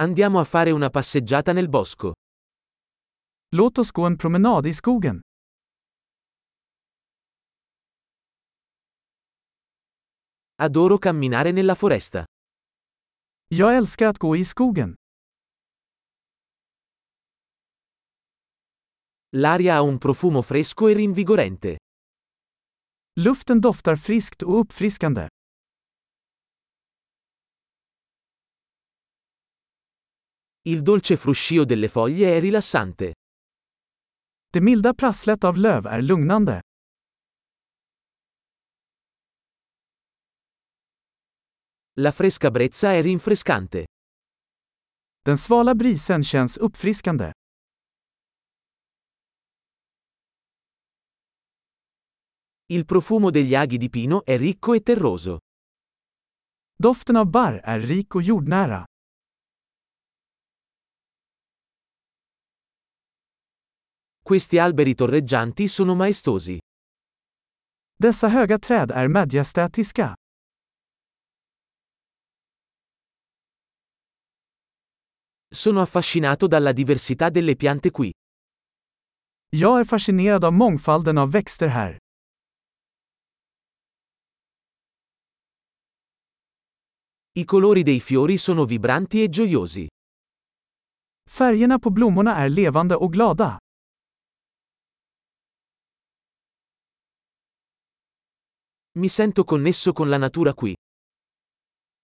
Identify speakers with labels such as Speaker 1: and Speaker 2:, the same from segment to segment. Speaker 1: Andiamo a fare una passeggiata nel bosco.
Speaker 2: Låt oss gå en promenad i skogen.
Speaker 1: Adoro camminare nella foresta.
Speaker 2: Jag älskar att gå i skogen.
Speaker 1: L'aria ha un profumo fresco e rinvigorente.
Speaker 2: Luften doftar friskt och uppfriskande.
Speaker 1: Il dolce fruscio delle foglie è rilassante.
Speaker 2: Det milda prasslet av löv är lugnande.
Speaker 1: La fresca brezza è rinfrescante.
Speaker 2: Den svala brisen känns uppfriskande.
Speaker 1: Il profumo degli aghi di pino è ricco e terroso.
Speaker 2: Doften av barr är rik och jordnära.
Speaker 1: Questi alberi torreggianti sono maestosi.
Speaker 2: Dessa höga träd är majestätiska.
Speaker 1: Sono affascinato dalla diversità delle piante qui.
Speaker 2: Jag är fascinerad av mångfalden av växter här.
Speaker 1: I colori dei fiori sono vibranti e gioiosi.
Speaker 2: Färgerna på blommorna är levande och glada.
Speaker 1: Mi sento connesso con la natura qui.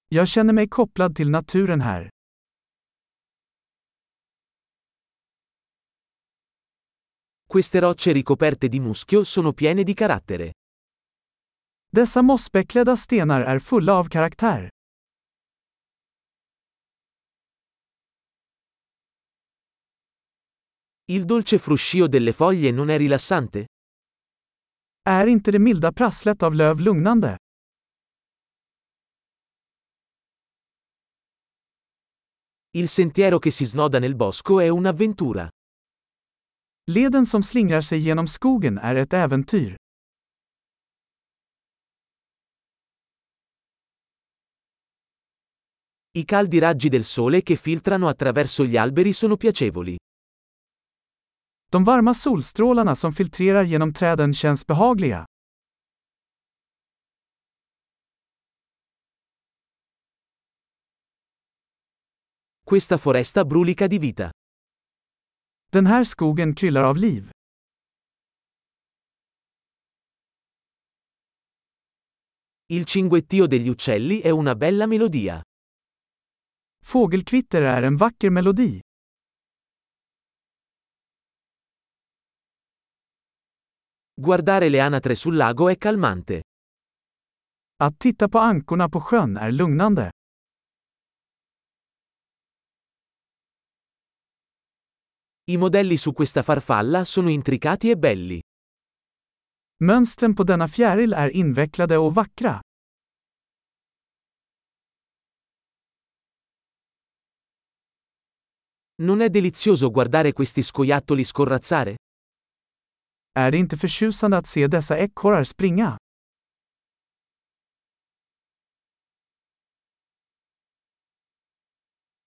Speaker 2: Jag känner mig kopplad till naturen här.
Speaker 1: Queste rocce ricoperte di muschio sono piene di carattere.
Speaker 2: Dessa mossbeklädda stenar är fulla av karaktär.
Speaker 1: Il dolce fruscio delle foglie non è rilassante?
Speaker 2: Är inte det milda prasslet av löv lugnande?
Speaker 1: Il sentiero che si snoda nel bosco è un'avventura.
Speaker 2: Leden som slingrar sig genom skogen är ett äventyr.
Speaker 1: I caldi raggi del sole che filtrano attraverso gli alberi sono piacevoli.
Speaker 2: De varma solstrålarna som filtrerar genom träden känns behagliga.
Speaker 1: Questa foresta brulica di vita.
Speaker 2: Den här skogen kryllar av liv.
Speaker 1: Il cinguettio degli uccelli è una bella melodia.
Speaker 2: Fågelkvitter är en vacker melodi.
Speaker 1: Guardare le anatre sul lago è calmante.
Speaker 2: Att titta på ankorna på sjön är lugnande.
Speaker 1: I modelli su questa farfalla sono intricati e belli.
Speaker 2: Mönstren på denna fjäril är invecklade och vackra.
Speaker 1: Non è delizioso guardare questi scoiattoli scorrazzare?
Speaker 2: Är det inte förtjusande att se dessa ekorrar springa?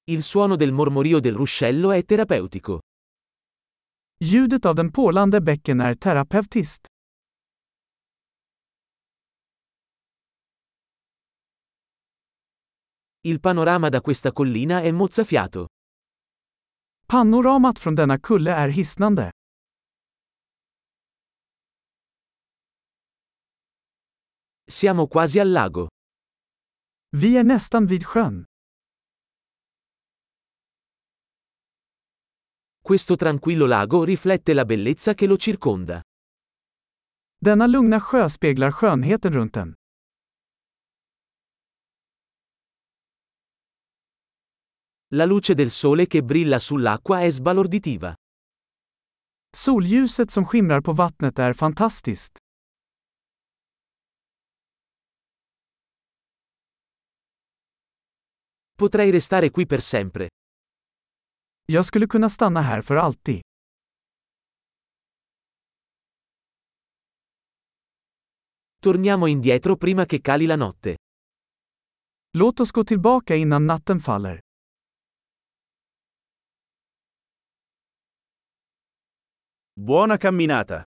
Speaker 1: Il suono del mormorio del ruscello è terapeutico.
Speaker 2: Ljudet av den porlande bäcken är terapeutiskt.
Speaker 1: Il panorama da questa collina è mozzafiato.
Speaker 2: Panoramat från denna kulle är hisnande.
Speaker 1: Siamo quasi al lago.
Speaker 2: Vi är nästan vid sjön.
Speaker 1: Questo tranquillo lago riflette la bellezza che lo circonda.
Speaker 2: Denna lugna sjö speglar skönheten runt den.
Speaker 1: La luce del sole che brilla sull'acqua è sbalorditiva.
Speaker 2: Solljuset som skimrar på vattnet är fantastiskt.
Speaker 1: Potrei restare qui per sempre.
Speaker 2: Jag skulle kunna stanna här för alltid.
Speaker 1: Torniamo indietro prima che cali la notte.
Speaker 2: Låt oss gå tillbaka innan natten faller.
Speaker 1: Buona camminata!